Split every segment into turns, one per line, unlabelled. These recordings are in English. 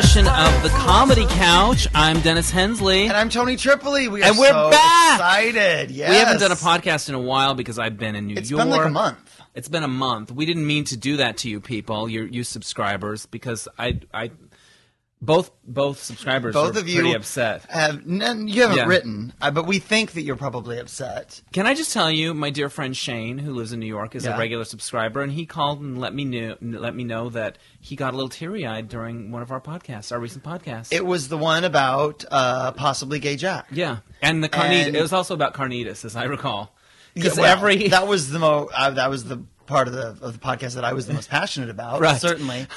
the Comedy Couch. I'm Dennis Hensley.
And I'm Tony Tripoli. We are
And we're
so
back!
excited. Yes.
We haven't done a podcast in a while because I've been in New
It's
York.
been like a month.
It's been a month. We didn't mean to do that to you people, you you subscribers, because I I both both subscribers
Both
were
of you
pretty upset.
Have, none, you haven't
Yeah.
written, uh, but we think that you're probably upset.
Can I just tell you, my dear friend Shane, who lives in New York, is
Yeah.
a regular subscriber, and he called and let me know let me know that he got a little teary eyed during one of our podcasts, our recent podcasts.
It was the one about uh, possibly gay Jack.
yeah, and the Carnitas.
And-
It was also about Carnitas, as I recall.
Yeah,
Because
well,
every
that was the mo uh, that was the part of the of the podcast that I was the most passionate about.
Right.
Certainly,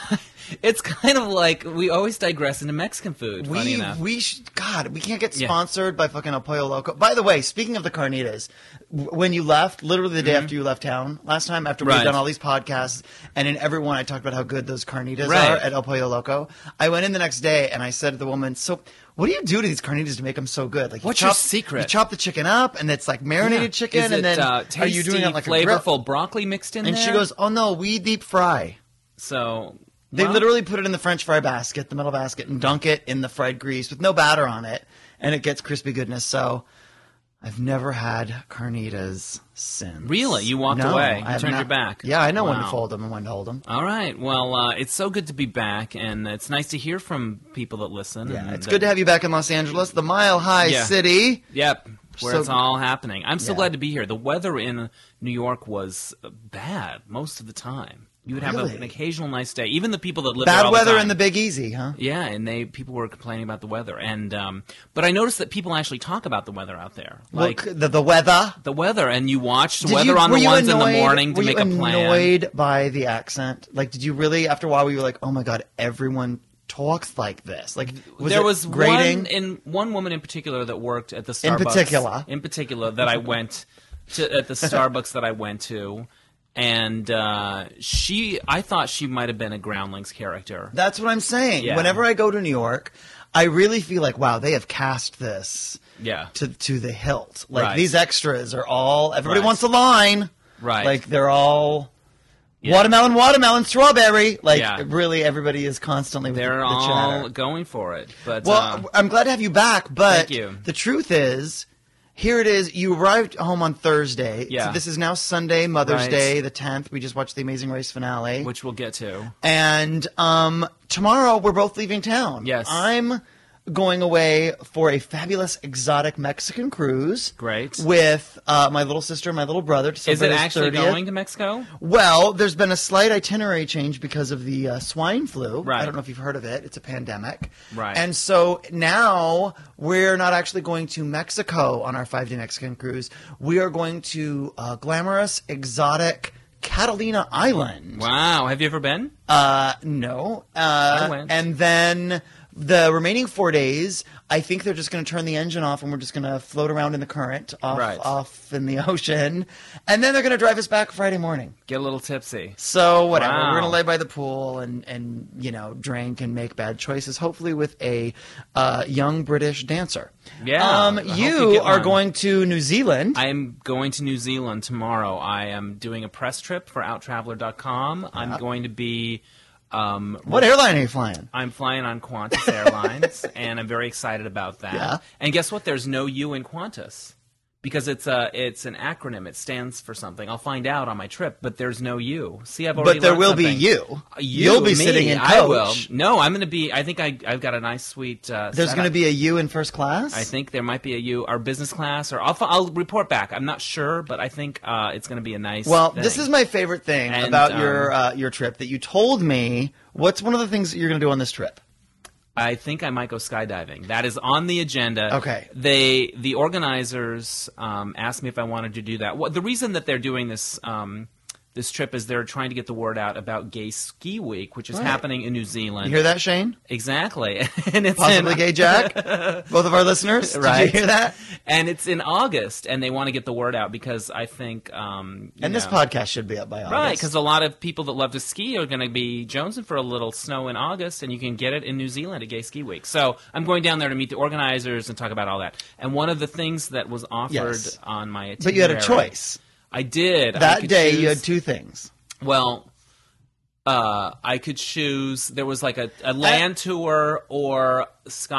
It's kind of like we always digress into Mexican food. funny
we
enough,
we should God we can't get
Yeah.
sponsored by fucking El Pollo Loco. By the way, speaking of the carnitas, w- when you left, literally the day after you left town last time, after
Mm-hmm. Right.
we'd done all these podcasts, and in every one I talked about how good those carnitas
Right.
are at El Pollo Loco. I went in the next day and I said to the woman, "So." What do you do to these carnitas to make them so good? Like you
What's your
chop-
secret?
You chop the chicken up, and it's like marinated
Yeah.
chicken,
Is
and
it,
then
uh,
are you doing it
tasty,
like a grill?
flavorful broccoli mixed in
And
there?
she goes, "Oh no, we deep fry."
so
They
well,
literally put it in the French fry basket, the metal basket, and dunk it in the fried grease with no batter on it, and it gets crispy goodness. So, I've never had carnitas since.
Really? You walked
No,
away? You
I have
turned
not-
your back?
Yeah, I know when to
Wow.
fold them and when to hold them.
All right. Well, uh, it's so good to be back, and it's nice to hear from people that listen.
Yeah,
and Mm,
it's
that-
good to have you back in Los Angeles, the Mile High
Yeah.
City.
Yep, where
So-
it's all happening. I'm so
Yeah.
glad to be here. The weather in New York was uh, bad most of the time. You would have a-
Really?
an occasional nice day. Even the people that live there
Bad
all
weather
the time,
in the Big Easy, huh?
Yeah, and they people were complaining about the weather, and um, but I noticed that people actually talk about the weather out there, like
Look, the, the weather.
the weather, and you watch the
Did
weather
you-
on
were
the
you
ones in the
annoyed-
morning to
were
make
you
a plan.
Annoyed by the accent? Like, did you really? After a while, were you like, "Oh my god, everyone talks like this"? Like, was
there
it
was
grating?
one in one woman in particular that worked at the Starbucks
In particular.
in particular that I went to at the Starbucks that I went to, and uh, she I thought she might have been a Groundlings character.
That's what I'm saying.
Yeah.
Whenever I go to New York, I really feel like, wow, they have cast this
yeah,
to to the hilt. Like
Right.
these extras are all everybody
Right.
wants a line.
right.
Like they're all
Yeah.
watermelon, watermelon, strawberry. Like
Yeah.
really, everybody is constantly with the,
they're
the
all
chatter.
going for it, but
Well,
um,
I'm glad to have you back, but
Thank you.
the truth is, here it is. You arrived home on Thursday.
Yeah.
So this is now Sunday, Mother's
Right.
Day, the 10th. We just watched the Amazing Race finale.
which we'll get to.
And um, tomorrow we're both leaving town.
Yes.
I'm going away for a fabulous exotic Mexican cruise.
Great.
With uh, my little sister and my little brother. To
Is
celebrate
it
his
actually
30th.
going to Mexico?
Well, there's been a slight itinerary change because of the uh, swine flu.
Right.
I don't know if you've heard of it. It's a pandemic.
Right.
And so now we're not actually going to Mexico on our five day Mexican cruise. We are going to uh, glamorous, exotic Catalina Island.
Wow, have you ever been?
Uh, no. Uh,
I went.
And then the remaining four days, I think they're just going to turn the engine off and we're just going to float around in the current, off,
Right.
off in the ocean. And then they're going to drive us back Friday morning.
Get a little tipsy.
So, whatever.
Wow.
We're going to lay by the pool and, and, you know, drink and make bad choices, hopefully with a uh, young British dancer.
Yeah,
Um,
I hope
you,
you get
are
one.
going to New Zealand.
I am going to New Zealand tomorrow. I am doing a press trip for OutTraveler.com. I'm going to be. Um,
what airline are you flying?
I'm flying on Qantas Airlines, and I'm very excited about that.
Yeah.
And guess what? There's no U in Qantas because it's a it's an acronym. It stands for something. I'll find out on my trip, but there's no U. See, I've already.
But there
learned
will be
something. Uh,
you.
You,
You'll be
me,
sitting in coach.
I will. No, I'm going to be. I think I I've got a nice sweet. Uh,
There's
setup.
going to be a you in first class.
I think there might be a U or business class, or I'll, fi- I'll report back. I'm not sure, but I think uh, it's going to be a nice.
Well,
thing.
this is my favorite thing
And,
about
um,
your uh, your trip that you told me. What's one of the things that you're going to do on this trip?
I think I might go skydiving. That is on the agenda.
Okay.
They the organizers um, asked me if I wanted to do that. What the reason that they're doing this um, this trip is they're trying to get the word out about Gay Ski Week, which is
Right.
happening in New Zealand.
You hear that, Shane?
Exactly, and it's
Possibly
in,
gay Jack. Both of our listeners.
Right.
Did you hear that?
and it's in August, and they want to get the word out because I think um, you
And this
know-
podcast should be up by August.
Right, because a lot of people that love to ski are going to be jonesing for a little snow in August, and you can get it in New Zealand at Gay Ski Week. So I'm going down there to meet the organizers and talk about all that. And one of the things that was offered
Yes.
on my
But you had a
itinerary-
choice
I did I
that
could
day. You
choose-
had two things.
well, uh, I could choose. There was like a, a land tour or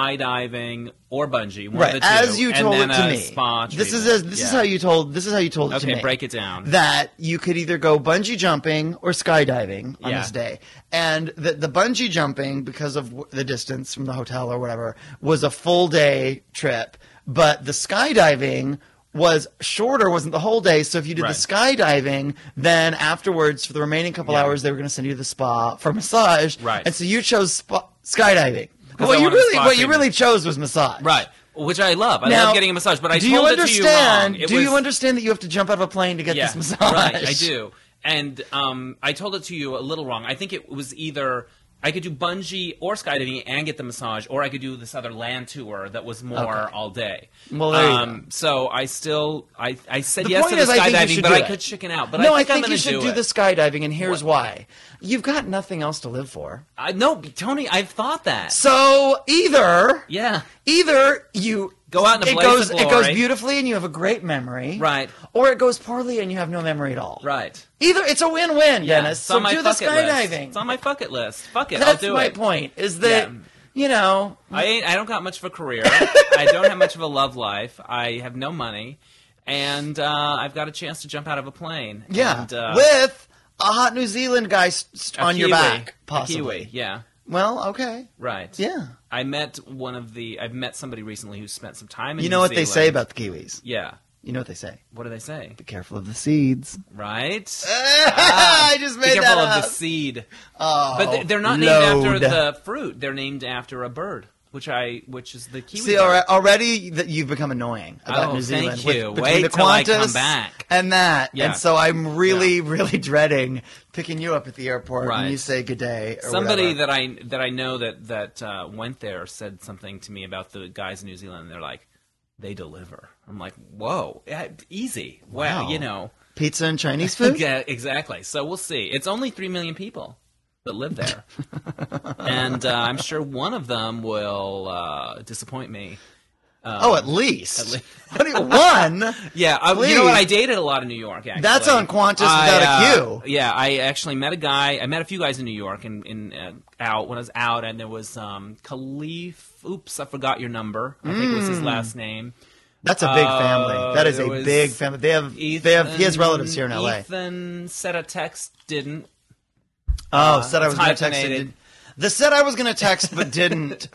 skydiving or bungee. One
right
of the two,
as you told
and
it
then
to
a
me.
Spa
this is
treatment.
as, this is
Yeah.
how you told this is how you told it to me.
Okay, break it down.
that you could either go bungee jumping or skydiving on
Yeah.
this day. And the, the bungee jumping, because of w- the distance from the hotel or whatever, was a full day trip. But the skydiving was shorter, wasn't the whole day. So if you did
Right.
the skydiving, then afterwards, for the remaining couple
Yeah.
hours, they were going to send you to the spa for massage.
Right.
And so you chose spa- skydiving. But
I
what you
wanted the
really,
spa
what you
treatment.
really chose was massage.
right, which I love. I
Now,
love getting a massage, but I
do
told
you
it to you wrong.
understand?
It
do you
was-
understand that you have to jump out of a plane to get
yeah,
this massage?
Right, I do. And um, I told it to you a little wrong. I think it was either I could do bungee or skydiving and get the massage, or I could do this other land tour that was more
Okay.
all day. Um,
Well, there you
So I still I, I said
The
yes
point
to the
is, I think you
skydiving,
should
but
do
I
it.
could chicken out. But
no,
I think, I'm
you
gonna
should
do,
do,
it.
the skydiving, and here's why. You've got nothing else to live for.
I, no, Tony, I've thought that.
So either
yeah.
either you
Go out in a
it
blaze of
goes it goes
glory.
beautifully and you have a great memory.
Right.
Or it goes poorly and you have no memory at all.
Right.
Either it's a win win,
Yeah,
Dennis.
it's
So
on my
do the
bucket list.
skydiving.
It's on my bucket list. Fuck it,
That's
I'll do
my
it.
point. Is that
Yeah.
you know
I ain't, I don't got much of a career. I don't have much of a love life. I have no money, and uh, I've got a chance to jump out of a plane.
Yeah.
and, uh,
with a hot New Zealand guy s- s-
a
on your
Kiwi.
back,
A
possibly.
Kiwi. Yeah,
Well, okay.
right.
Yeah.
I met one of the. I've met somebody recently who spent some time in.
You know
New
what they say
Zealand.
about the Kiwis?
Yeah.
You know what they say?
What do they say?
Be careful of the seeds.
Right.
Ah, I just
Be
Uh, made
careful
that
of
up.
the seed.
Oh,
But they- they're not
load.
named after the fruit. They're named after a bird, which I, which is the kiwi.
See,
bird.
alre- already that you've become annoying about
Oh,
New Zealand.
thank
with-
you.
between
Wait
the
till I come
Qantas
back.
and that,
Yeah.
and so I'm really, really dreading picking you up at the airport
Right.
when you say good day. Or
Somebody
whatever.
that I that I know that that uh, went there said something to me about the guys in New Zealand. and They're like, they deliver. I'm like, whoa, yeah, easy. Wow,
Wow.
you know,
pizza and Chinese food.
yeah, exactly. So we'll see. It's only three million people that live there, and uh, I'm sure one of them will uh, disappoint me.
oh, at least, What do you- one.
Yeah, I, you know what? I
Please.
dated a lot in New York. Actually,
That's on Qantas
I,
without a
uh, Yeah, I actually met a guy. I met a few guys in New York and in uh, out when I was out, and there was um, Khalif. Oops, I forgot your number. I think was
Hmm.
his last name.
That's a big
Uh,
family. That is
there
a
was
big family. They have they have he has relatives here in L.A.
Ethan said a text, didn't.
Oh, said I was
it's
going to text.
Uh, hyphenated.
and did- The said I was going to text but didn't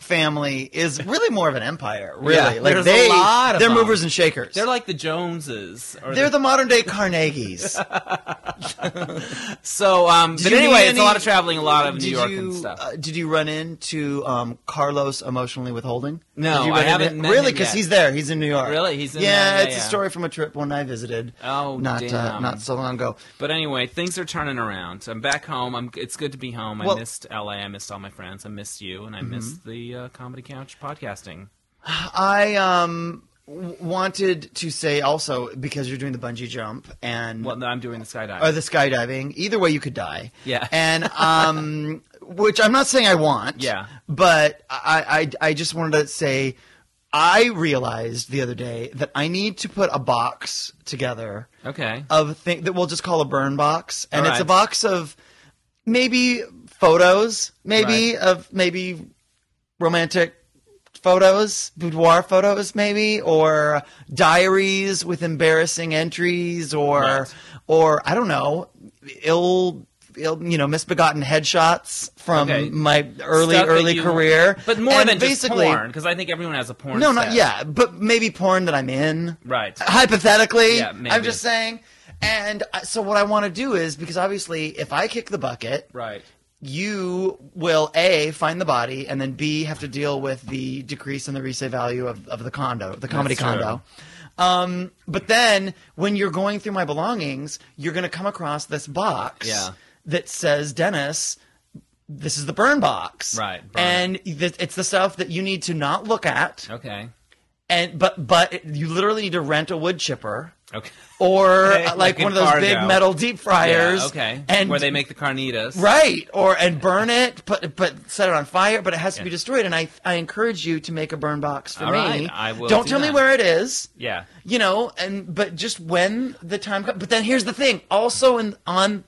family is really more of an empire. Really,
Yeah,
like
there's a
they
lot of
they're
them.
movers and shakers.
They're like the Joneses. Or
They're the modern day Carnegies.
so. Um, but
you
anyway,
meet
it's a lot
any-
of traveling, a lot of New
did
York
you,
and stuff.
uh, did you run into um, Carlos emotionally withholding?
No,
Did you
I
run into-
haven't met
really
him
because
yet.
he's there. He's in New York.
Really? He's in
yeah.
there, yeah,
it's
yeah.
a story from a trip when I visited.
Oh,
not Uh,
damn.
not so long ago.
But anyway, things are turning around. I'm back home. I'm, it's good to be home.
Well- Mm-hmm.
I missed LA. I missed all my friends. I missed you, and I missed the uh, comedy couch podcasting.
I um w- wanted to say also because you're doing the bungee jump and
Well, no, I'm doing the skydiving.
or Oh, the skydiving. Either way, you could die.
Yeah.
And um, which I'm not saying I want.
Yeah.
But I, I, I just wanted to say, I realized the other day that I need to put a box together
okay.
of thing that we'll just call a burn box, and
All
it's
right.
a box of maybe photos, maybe of maybe romantic photos, boudoir photos, maybe, or diaries with embarrassing entries, or
Right.
or I don't know, ill. ill You know, misbegotten headshots from
Okay.
my early
Stuff that
early
you-
career,
But more
And
than
basically,
just porn, because I think everyone has a porn.
No, not
set.
yeah, but maybe porn that I'm in
Right.
hypothetically
Yeah, maybe.
i'm just saying and I- so what i want to do is because obviously if i kick the bucket
Right.
you will a find the body and then b have to deal with the decrease in the resale value of, of the condo the comedy
That's true.
condo um, but then when you're going through my belongings you're going to come across this box
Yeah.
that says dennis this is the burn box
Right, burn
and th- it's the stuff that you need to not look at
Okay.
and but but it- you literally need to rent a wood chipper
Okay.
or
Okay,
uh, like,
like in
one of those big
Fargo.
metal deep fryers.
Yeah, okay.
and
Where they make the carnitas.
right or and burn it, put but set it on fire, but it has to be
Yeah.
destroyed. And I I encourage you to make a burn box for
All
me.
right, I will
Don't
do
tell me
that.
where it is.
Yeah.
You know, and but just when the time comes. But then here's the thing. Also, in on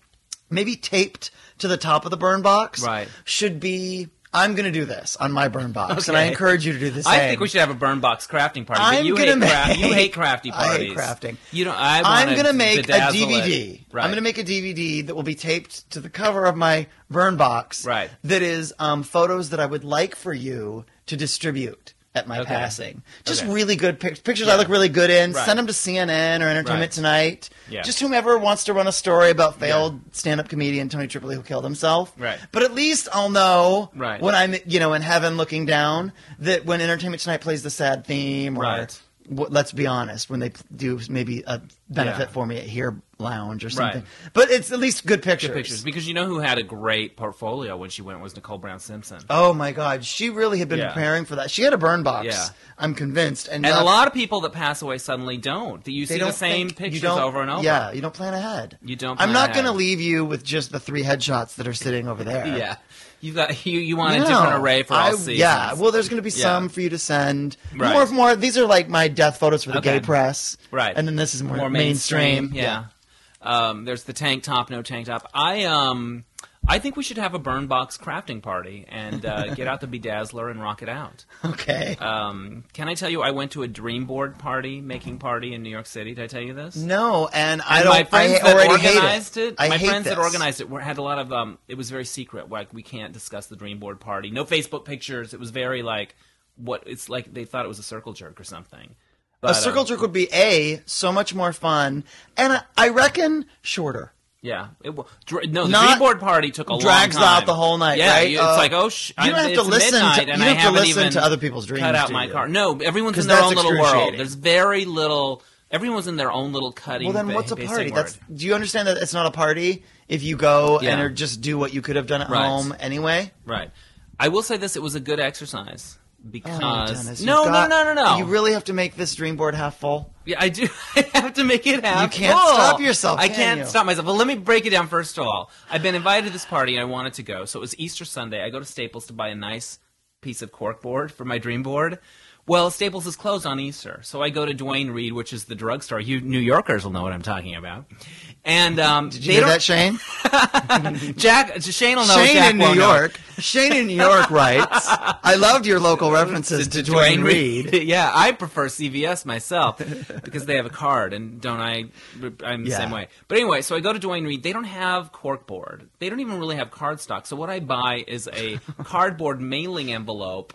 maybe taped to the top of the burn box
Right.
should be I'm going to do this on my burn box, and I
Okay.
encourage you to do the same.
I think we should have a burn box crafting party.
I'm
but you
gonna
hate cra-
make-
you hate crafty
I
parties.
hate crafting.
You don't. I
I'm
wanna
gonna make a
bedazzle it.
DVD.
Right.
I'm gonna make a DVD that will be taped to the cover of my burn box.
Right.
That is um, photos that I would like for you to distribute at my
Okay.
passing. Just
Okay.
really good pic- pictures I look really good in.
Right.
Send them to CNN or Entertainment
Right.
Tonight.
Yeah.
Just whomever wants to run a story about failed stand-up comedian Tony Tripoli who killed himself.
Right.
But at least I'll know
Right.
when I'm you know in heaven looking down that when Entertainment Tonight plays the sad theme or
Right.
w- let's be honest, when they do maybe a benefit
Yeah.
for me at here lounge or
Right.
something. But it's at least good pictures.
pictures because you know who had a great portfolio when she went was Nicole Brown Simpson.
Oh my God, she really had been
Yeah.
preparing for that. She had a burn box.
Yeah.
I'm convinced, and,
and
not-
a lot of people that pass away suddenly don't. That you
they
see
don't
the same
think- you
pictures
don't-
over and over.
Yeah, you don't plan ahead.
You don't
I'm
plan
not to
ahead.
leave you with just the three headshots that are sitting over there.
yeah. You got you. You want a
No.
different array for all
I-
seasons.
Yeah, well, there's going to be
Yeah.
some for you to send.
Right.
More of more. These are like my death photos for the
Okay.
gay press.
Right.
And then this is more,
more mainstream. Yeah. Um, there's the tank top, no tank top. I um, I think we should have a burn box crafting party and uh, get out the bedazzler and rock it out.
Okay.
Um, can I tell you? I went to a dream board party making party in New York City. Did I tell you this?
No, and I
And
don't.
my friends
I
that
already
organized
hate
it.
it. I
my
hate
friends
this.
that organized it were, had a lot of. Um, it was very secret. Like we can't discuss the dream board party. No Facebook pictures. It was very like what it's like. They thought it was a circle jerk or something. But,
a circle
um,
jerk would be a so much more fun, and I, I reckon shorter.
Yeah, it will. Dr- no, the
Not-
dream board party took a long
drags
time.
out the whole night,
Yeah,
right?
you- it's
Uh,
like oh, sh-
you don't
I-
have to
it's
listen to-
midnight and
you don't
I
have to
haven't
listen
even
to other people's dreams,
Cut out
do
my
you?
car. No, everyone's
'Cause
in their
that's
own little world.
excruciating.
There's very little. Everyone's in their own little cutting.
Well, then
ba-
what's a
basic
party?
word.
That's do you understand that it's not a party if you go
Yeah.
and or just do what you could have done at
Right.
home anyway?
right. I will say this: it was a good exercise
Oh,
because
Dennis,
no,
you've got-
no, no, no, no.
You really have to make this dream board half full.
Yeah, I do. I have to make it happen. Oh,
can't stop yourself,
I
can
can't
you?
stop myself. Well, let me break it down first of all. I've been invited to this party and I wanted to go. So it was Easter Sunday. I go to Staples to buy a nice piece of cork board for my dream board. Well, Staples is closed on Easter. So I go to Dwayne Reed, which is the drugstore. You New Yorkers will know what I'm talking about. And um,
Did you hear that, Shane?
Jack Shane will know.
Shane
Jack
in New
won't know.
York. Shane in New York writes. I loved your local references to, Dwayne Reed.
yeah, I prefer CVS myself because they have a card, and don't I? I'm the
Yeah.
same way. But anyway, so I go to Dwayne Reed. They don't have corkboard. They don't even really have cardstock. So what I buy is a cardboard mailing envelope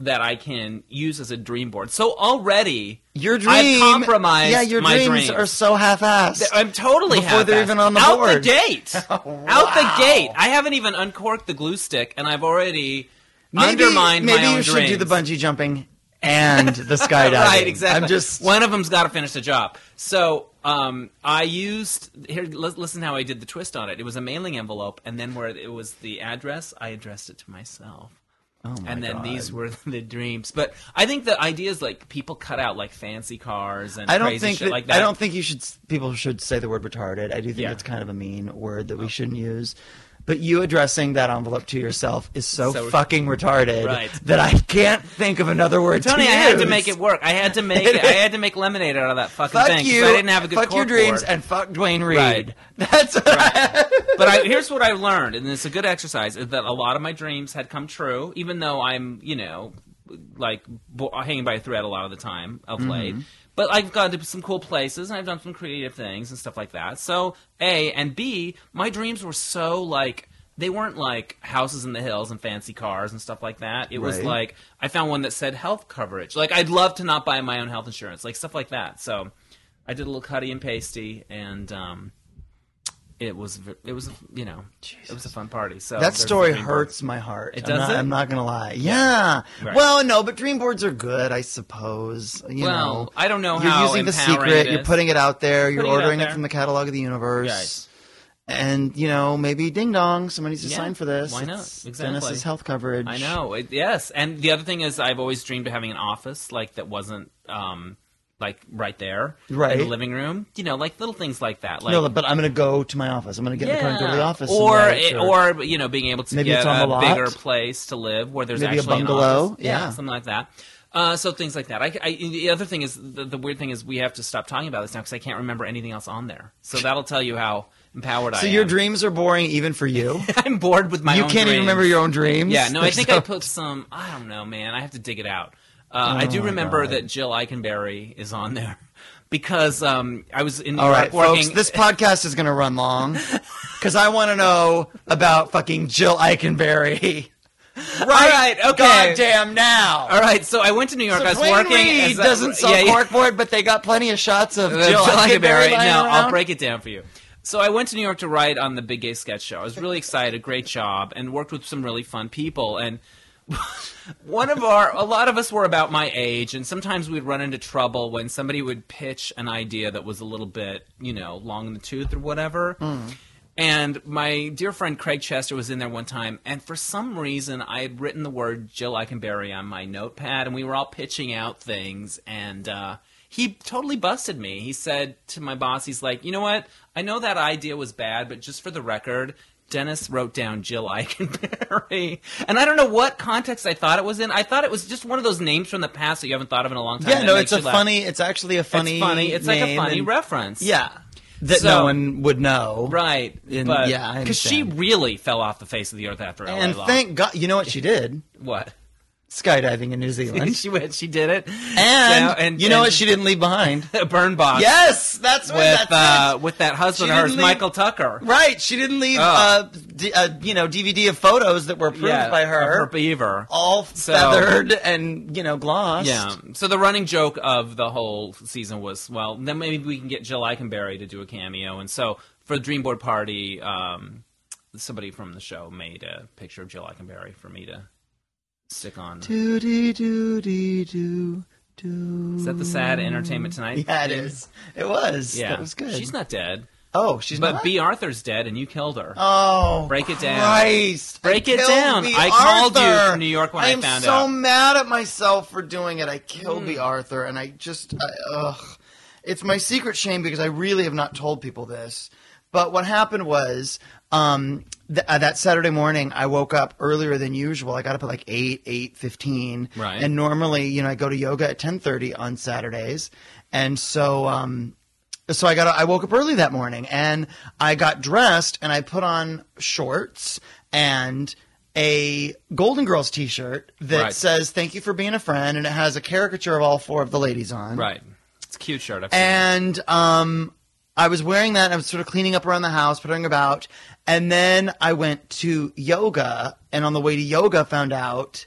that I can use as a dream board. So already
Your
I've
dream,
compromised.
Yeah, your
my
dreams
dreams uh,
are so half-assed.
I'm totally
Before they're
half-assed.
even on the
out
board.
the gate, out
wow.
the gate. I haven't even uncorked the glue stick, and I've already undermined
maybe
my own
you should do
dreams.
the bungee jumping and the skydiving.
Right, exactly.
I'm just
one of them's got to finish the job. So um, I used here. L- listen how I did the twist on it. It was a mailing envelope, and then where it was the address, I addressed it to myself.
Oh my
and then
God.
these were the dreams. But I think the idea is like people cut out like fancy cars and
I don't
crazy
think
shit
that,
like that.
I don't think you should people should say the word retarded. I do think
Yeah. Oh.
it's kind of a mean word that we shouldn't use. But you addressing that envelope to yourself is so,
So-
fucking retarded
Right.
that I can't think of another word.
Tony,
to
I had to
use.
make it work. I had to make it. I had to make lemonade out of that fucking
Fuck
thing. 'cause
you.
I didn't have a good
fuck your
corkboard.
dreams and fuck Dwayne Reed.
Right.
That's what I-
but I, here's what I learned, and it's a good exercise, is that a lot of my dreams had come true, even though I'm, you know, like bo- hanging by a thread a lot of the time of late. But I've gone to some cool places, and I've done some creative things and stuff like that. So A and B, my dreams were so like they weren't like houses in the hills and fancy cars and stuff like that. It was
Right.
like I found one that said health coverage. Like I'd love to not buy my own health insurance, like stuff like that. So I did a little cutty and pasty, and um, it was v- it was you know it was a fun party. So
That
there's
story
the Oh, dream board.
hurts my heart.
It
I'm not-
does it?
I'm not gonna lie. Yeah.
Right.
Well, no, but dream boards are good, I suppose. You
Well,
know,
I don't know
You're
how
using the
empowering
secret.
it
You're
is.
putting it out there. You're
Putting it out
ordering it,
there.
from the catalog of the universe. And you know, maybe ding dong, someone needs to
Yeah,
sign for this.
why not?
It's
Exactly.
Dennis's health coverage.
I know. It, yes, and the other thing is, I've always dreamed of having an office like that wasn't um, like right there, in
Right.
the living room. You know, like little things like that. Like,
no, but I'm gonna go to my office. I'm gonna get in the car and go to the office. and
or
write,
it, or you know, being able to
Maybe
get
it's on
a
the lot.
bigger place to live where there's
Maybe a
actually an
bungalow.
office. Yeah,
Yeah.
something like that. Uh, so things like that. I, I- the other thing is the, the weird thing is we have to stop talking about this now because I can't remember anything else on there. So that'll tell you how empowered I
So
am.
your dreams are boring even for you.
I'm bored with my.
you
own
can't even
dreams.
remember your own dreams.
Yeah, no, I think I
So- Oh
put some. I don't know, man. I have to dig it out. Uh, I do
my
remember
God.
that Jill Eikenberry is on there because um, I was in New
All right,
York working.
folks, this podcast is going to run long because I want to know about fucking Jill Eikenberry. Right,
right, okay.
Goddamn now.
All right, so I went to New York. I was
Dwayne
working.
Reed
as a-
doesn't sell
yeah, yeah.
cardboard, but they got plenty of shots of
Uh,
Jill, Eikenberry. lying
No, I'll
around.
break it down for you. So I went to New York to write on the Big Gay Sketch Show. I was really excited, great job, and worked with some really fun people. And one of our, a lot of us were about my age, and sometimes we'd run into trouble when somebody would pitch an idea that was a little bit, you know, long in the tooth or whatever. And my dear friend Craig Chester was in there one time, and for some reason I had written the word Jill Eikenberry on my notepad, and we were all pitching out things, and uh, he totally busted me. He said to my boss, he's like, you know what? I know that idea was bad, but just for the record, Dennis wrote down Jill Eikenberry. And I don't know what context I thought it was in. I thought it was just one of those names from the past that you haven't thought of in a long time.
Yeah,
that
no,
makes
it's a
you laugh.
funny. It's actually a funny.
It's funny. It's like a
name
funny
and-
reference.
Yeah, that
So-
no one would know.
Right.
And-
but,
yeah, I
Because she
understand.
really fell off the face of the earth after LA
And
Law.
thank God, you know what she did?
what?
Skydiving in New Zealand.
she went. She did it.
and,
So- and
you know
and
what she didn't leave behind?
a burn box.
Yes, that's what.
With
That's it.
uh, with that husband
She
of hers,
didn't leave-
Michael Tucker.
Right, she didn't leave,
Oh.
uh, d- uh, you know, DVD of photos that were approved
Yeah,
by
of
her,
beaver.
all
So-
feathered and you know glossed.
Yeah. So the running joke of the whole season was, well, then maybe we can get Jill Eikenberry to do a cameo. And so for the Dream Board Party, um, somebody from the show made a picture of Jill Eikenberry for me to stick on.
Doody doody doo doo.
Is that the sad Entertainment Tonight?
Yeah, it
thing?
is. It was.
Yeah,
that was good.
She's not dead,
Oh, she's
but
not.
B. Arthur's dead, and you killed her.
oh,
Break it down.
Christ.
Break
I
it
killed
down.
B.
I called you
Arthur.
from New York when I
am
found
so
out. Hmm.
mad at myself for doing it. I killed the Arthur, and I just I, ugh. It's my secret shame because I really have not told people this. But what happened was um, th- uh, that Saturday morning, I woke up earlier than usual. I got up at like eight, eight fifteen,
Right.
and normally, you know, I go to yoga at ten thirty on Saturdays, and so um, so I got I woke up early that morning and I got dressed and I put on shorts and a Golden Girls T-shirt that
Right.
says "Thank you for being a friend" and it has a caricature of all four of the ladies on.
right. It's a cute shirt. I've seen it.
And um, I was wearing that. And I was sort of cleaning up around the house, putting about, and then I went to yoga. And on the way to yoga, found out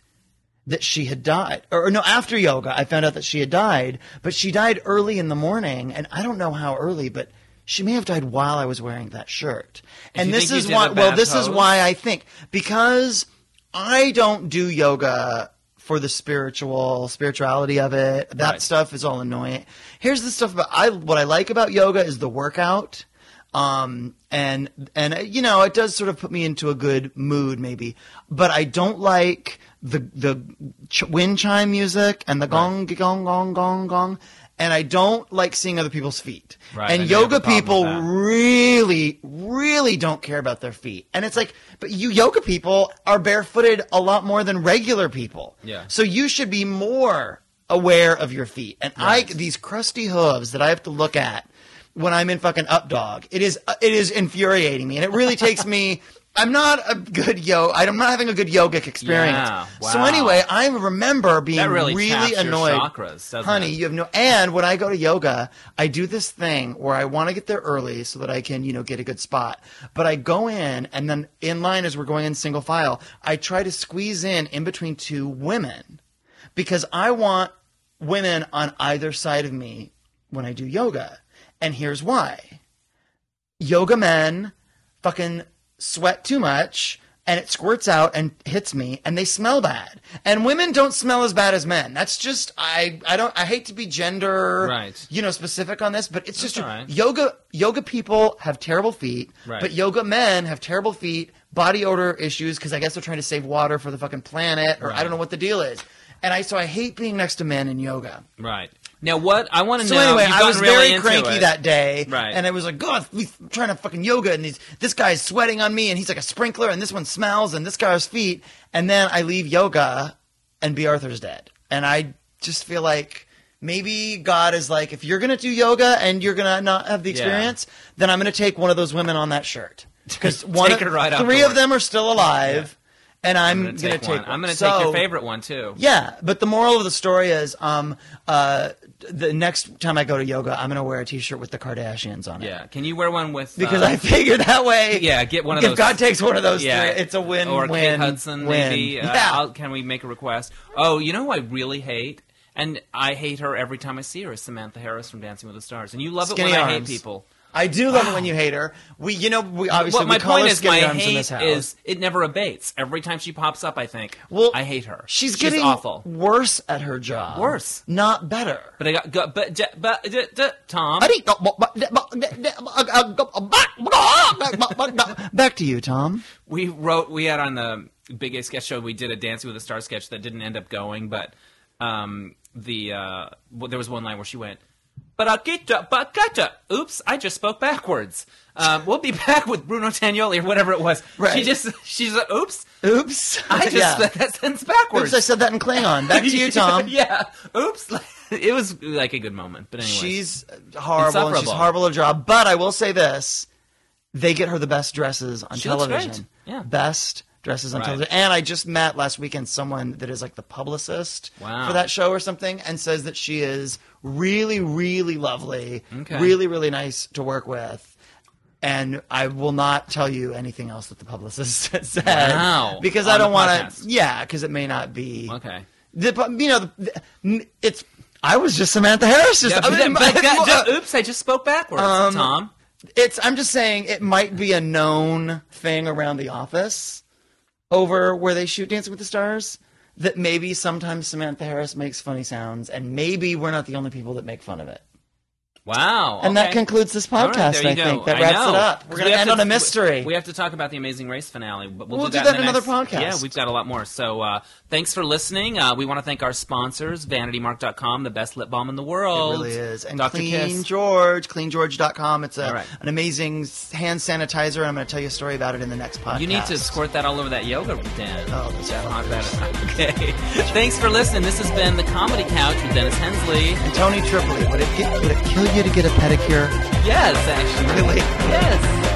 that she had died. Or, or no, after yoga, I found out that she had died. But she died early in the morning, and I don't know how early, but. She may have died while I was wearing that shirt, and
you
this
think you
is
did
why.
a
Well,
bad
this is
pose?
why I think because I don't do yoga for the spiritual spirituality of it. That
Right.
stuff is all annoying. Here's the stuff about I what I like about yoga is the workout. Um and and uh, you know it does sort of put me into a good mood maybe, but I don't like the the ch- wind chime music and the gong gong gong gong gong, and I don't like seeing other people's feet.
Right, I know
and
you have a
yoga people
problem with that.
really, really don't care about their feet. And it's like, but you yoga people are barefooted a lot more than regular people.
Yeah.
So you should be more aware of your feet. And I, these crusty hooves that I have to look at when I'm in fucking up dog, it is, uh, it is infuriating me. And it really takes me, I'm not a good yo, I'm not having a good yogic experience.
Yeah,
So
wow.
anyway, I remember being
that really, taps
annoyed.
Your chakras, doesn't
Honey,
it?
you have no. And when I go to yoga, I do this thing where I want to get there early so that I can, you know, get a good spot. But I go in, and then in line as we're going in single file, I try to squeeze in in between two women because I want women on either side of me when I do yoga. And here's why yoga men fucking sweat too much and it squirts out and hits me and they smell bad. And women don't smell as bad as men. That's just I I don't I hate to be gender
Right.
you know specific on this, but it's just
all right.
yoga yoga people have terrible feet,
Right.
but yoga men have terrible feet, body odor issues cuz I guess they're trying to save water for the fucking planet or I
Right.
don't know what the deal is. And I so I hate being next to men in yoga.
Right. Now, what I want to
So
know.
anyway,
you've
I
gotten
was
really
very
into
cranky
it.
that day,
Right.
And I was like, "God, we trying to fucking yoga, and these, this guy's sweating on me, and he's like a sprinkler, and this one smells, and this guy's feet." And then I leave yoga, and B. Arthur's dead, and I just feel like maybe God is like, if you're gonna do yoga and you're gonna not have the
Yeah.
experience, then I'm gonna take one of those women on that shirt because one,
Take
of-
her right out
three
the
of them are still alive, and I'm,
I'm gonna take, one. I'm gonna take
So-
your favorite one too.
yeah, but the moral of the story is, um, uh, the next time I go to yoga, I'm gonna wear a T-shirt with the Kardashians on it.
Yeah. Can you wear one with?
because
uh,
I figure that way.
Yeah, get one of
if
those.
God takes one of those,
yeah,
three, it's a win.
Or Kate
win,
Hudson,
win.
maybe. Uh,
yeah,
I'll- can we make a request? Oh, you know who I really hate, and I hate her every time I see her. Is Samantha Harris from Dancing with the Stars? And you love it
Skinny
when I hate
arms.
people.
I do love it when you hate her. We, you know, we obviously
Well,
we
my
call
point
her
is, my
skinny arms in this
hate
house.
is it never abates. Every time she pops up, I think,
Well,
I hate her.
she's getting
awful.
worse at her job.
Worse.
not better.
But I got, got but, j- but j- j- Tom.
Back to you, Tom.
we wrote we had on the big a sketch show we did a dancing with a star sketch that didn't end up going but um the uh w- there was one line where she went but I'll get ya, but gotcha. Oops, I just spoke backwards. Um, we'll be back with Bruno Tanioli or whatever it was. She
Right.
just, she's like, oops,
Oops.
I just
Yeah.
said that sentence backwards.
Oops, I said that in Klingon. Back to you, Tom.
yeah. Oops. It was like a good moment, but anyway.
She's horrible and she's
Insufferable.
horrible at her job. But I will say this: they get her the best dresses on
She looks
television.
great. Yeah.
Best dresses on
Right.
television. And I just met last weekend someone that is like the publicist
Wow.
for that show or something, and says that she is really, really lovely,
Okay.
really, really nice to work with. And I will not tell you anything else that the publicist said
Wow.
because
On
I
the
don't want
podcast.
to. Yeah, because it may not be
okay.
the, but, you know, the, the, it's. I was just Samantha Harris. Just,
Yeah,
I mean,
but- but
uh, um,
gotcha. oops, I just spoke backwards, Tom.
it's. I'm just saying it might be a known thing around the office, over where they shoot Dancing with the Stars. That maybe sometimes Samantha Harris makes funny sounds, and maybe we're not the only people that make fun of it.
Wow.
And that
okay.
concludes this
All right, there
podcast.
you
I
go.
think that
I
wraps
know.
it up. We're
'Cause
going
we
to
have
end
to-
on a mystery.
We have to talk about the Amazing Race finale, but we'll,
We'll
do
do
that,
that
in
in
the
another
next- Yeah,
podcast.
we've got a lot more. So uh, thanks for listening. Uh, we want to thank our sponsors, VanityMark.com, the best lip balm in the world.
It really is. And
Dr.
Clean
Kiss.
George, cleangeorge.com. It's a,
All right.
an amazing s- hand sanitizer, and I'm going to tell you a story about it in the next podcast.
You need to squirt that all over that yoga, Dan.
Oh, those
Not
elephants.
that- Okay. thanks for listening. This has been The Comedy Couch with Dennis Hensley.
And Tony Tripoli, would it, get, would it kill you to get a pedicure?
Yes, actually.
Really?
Yes.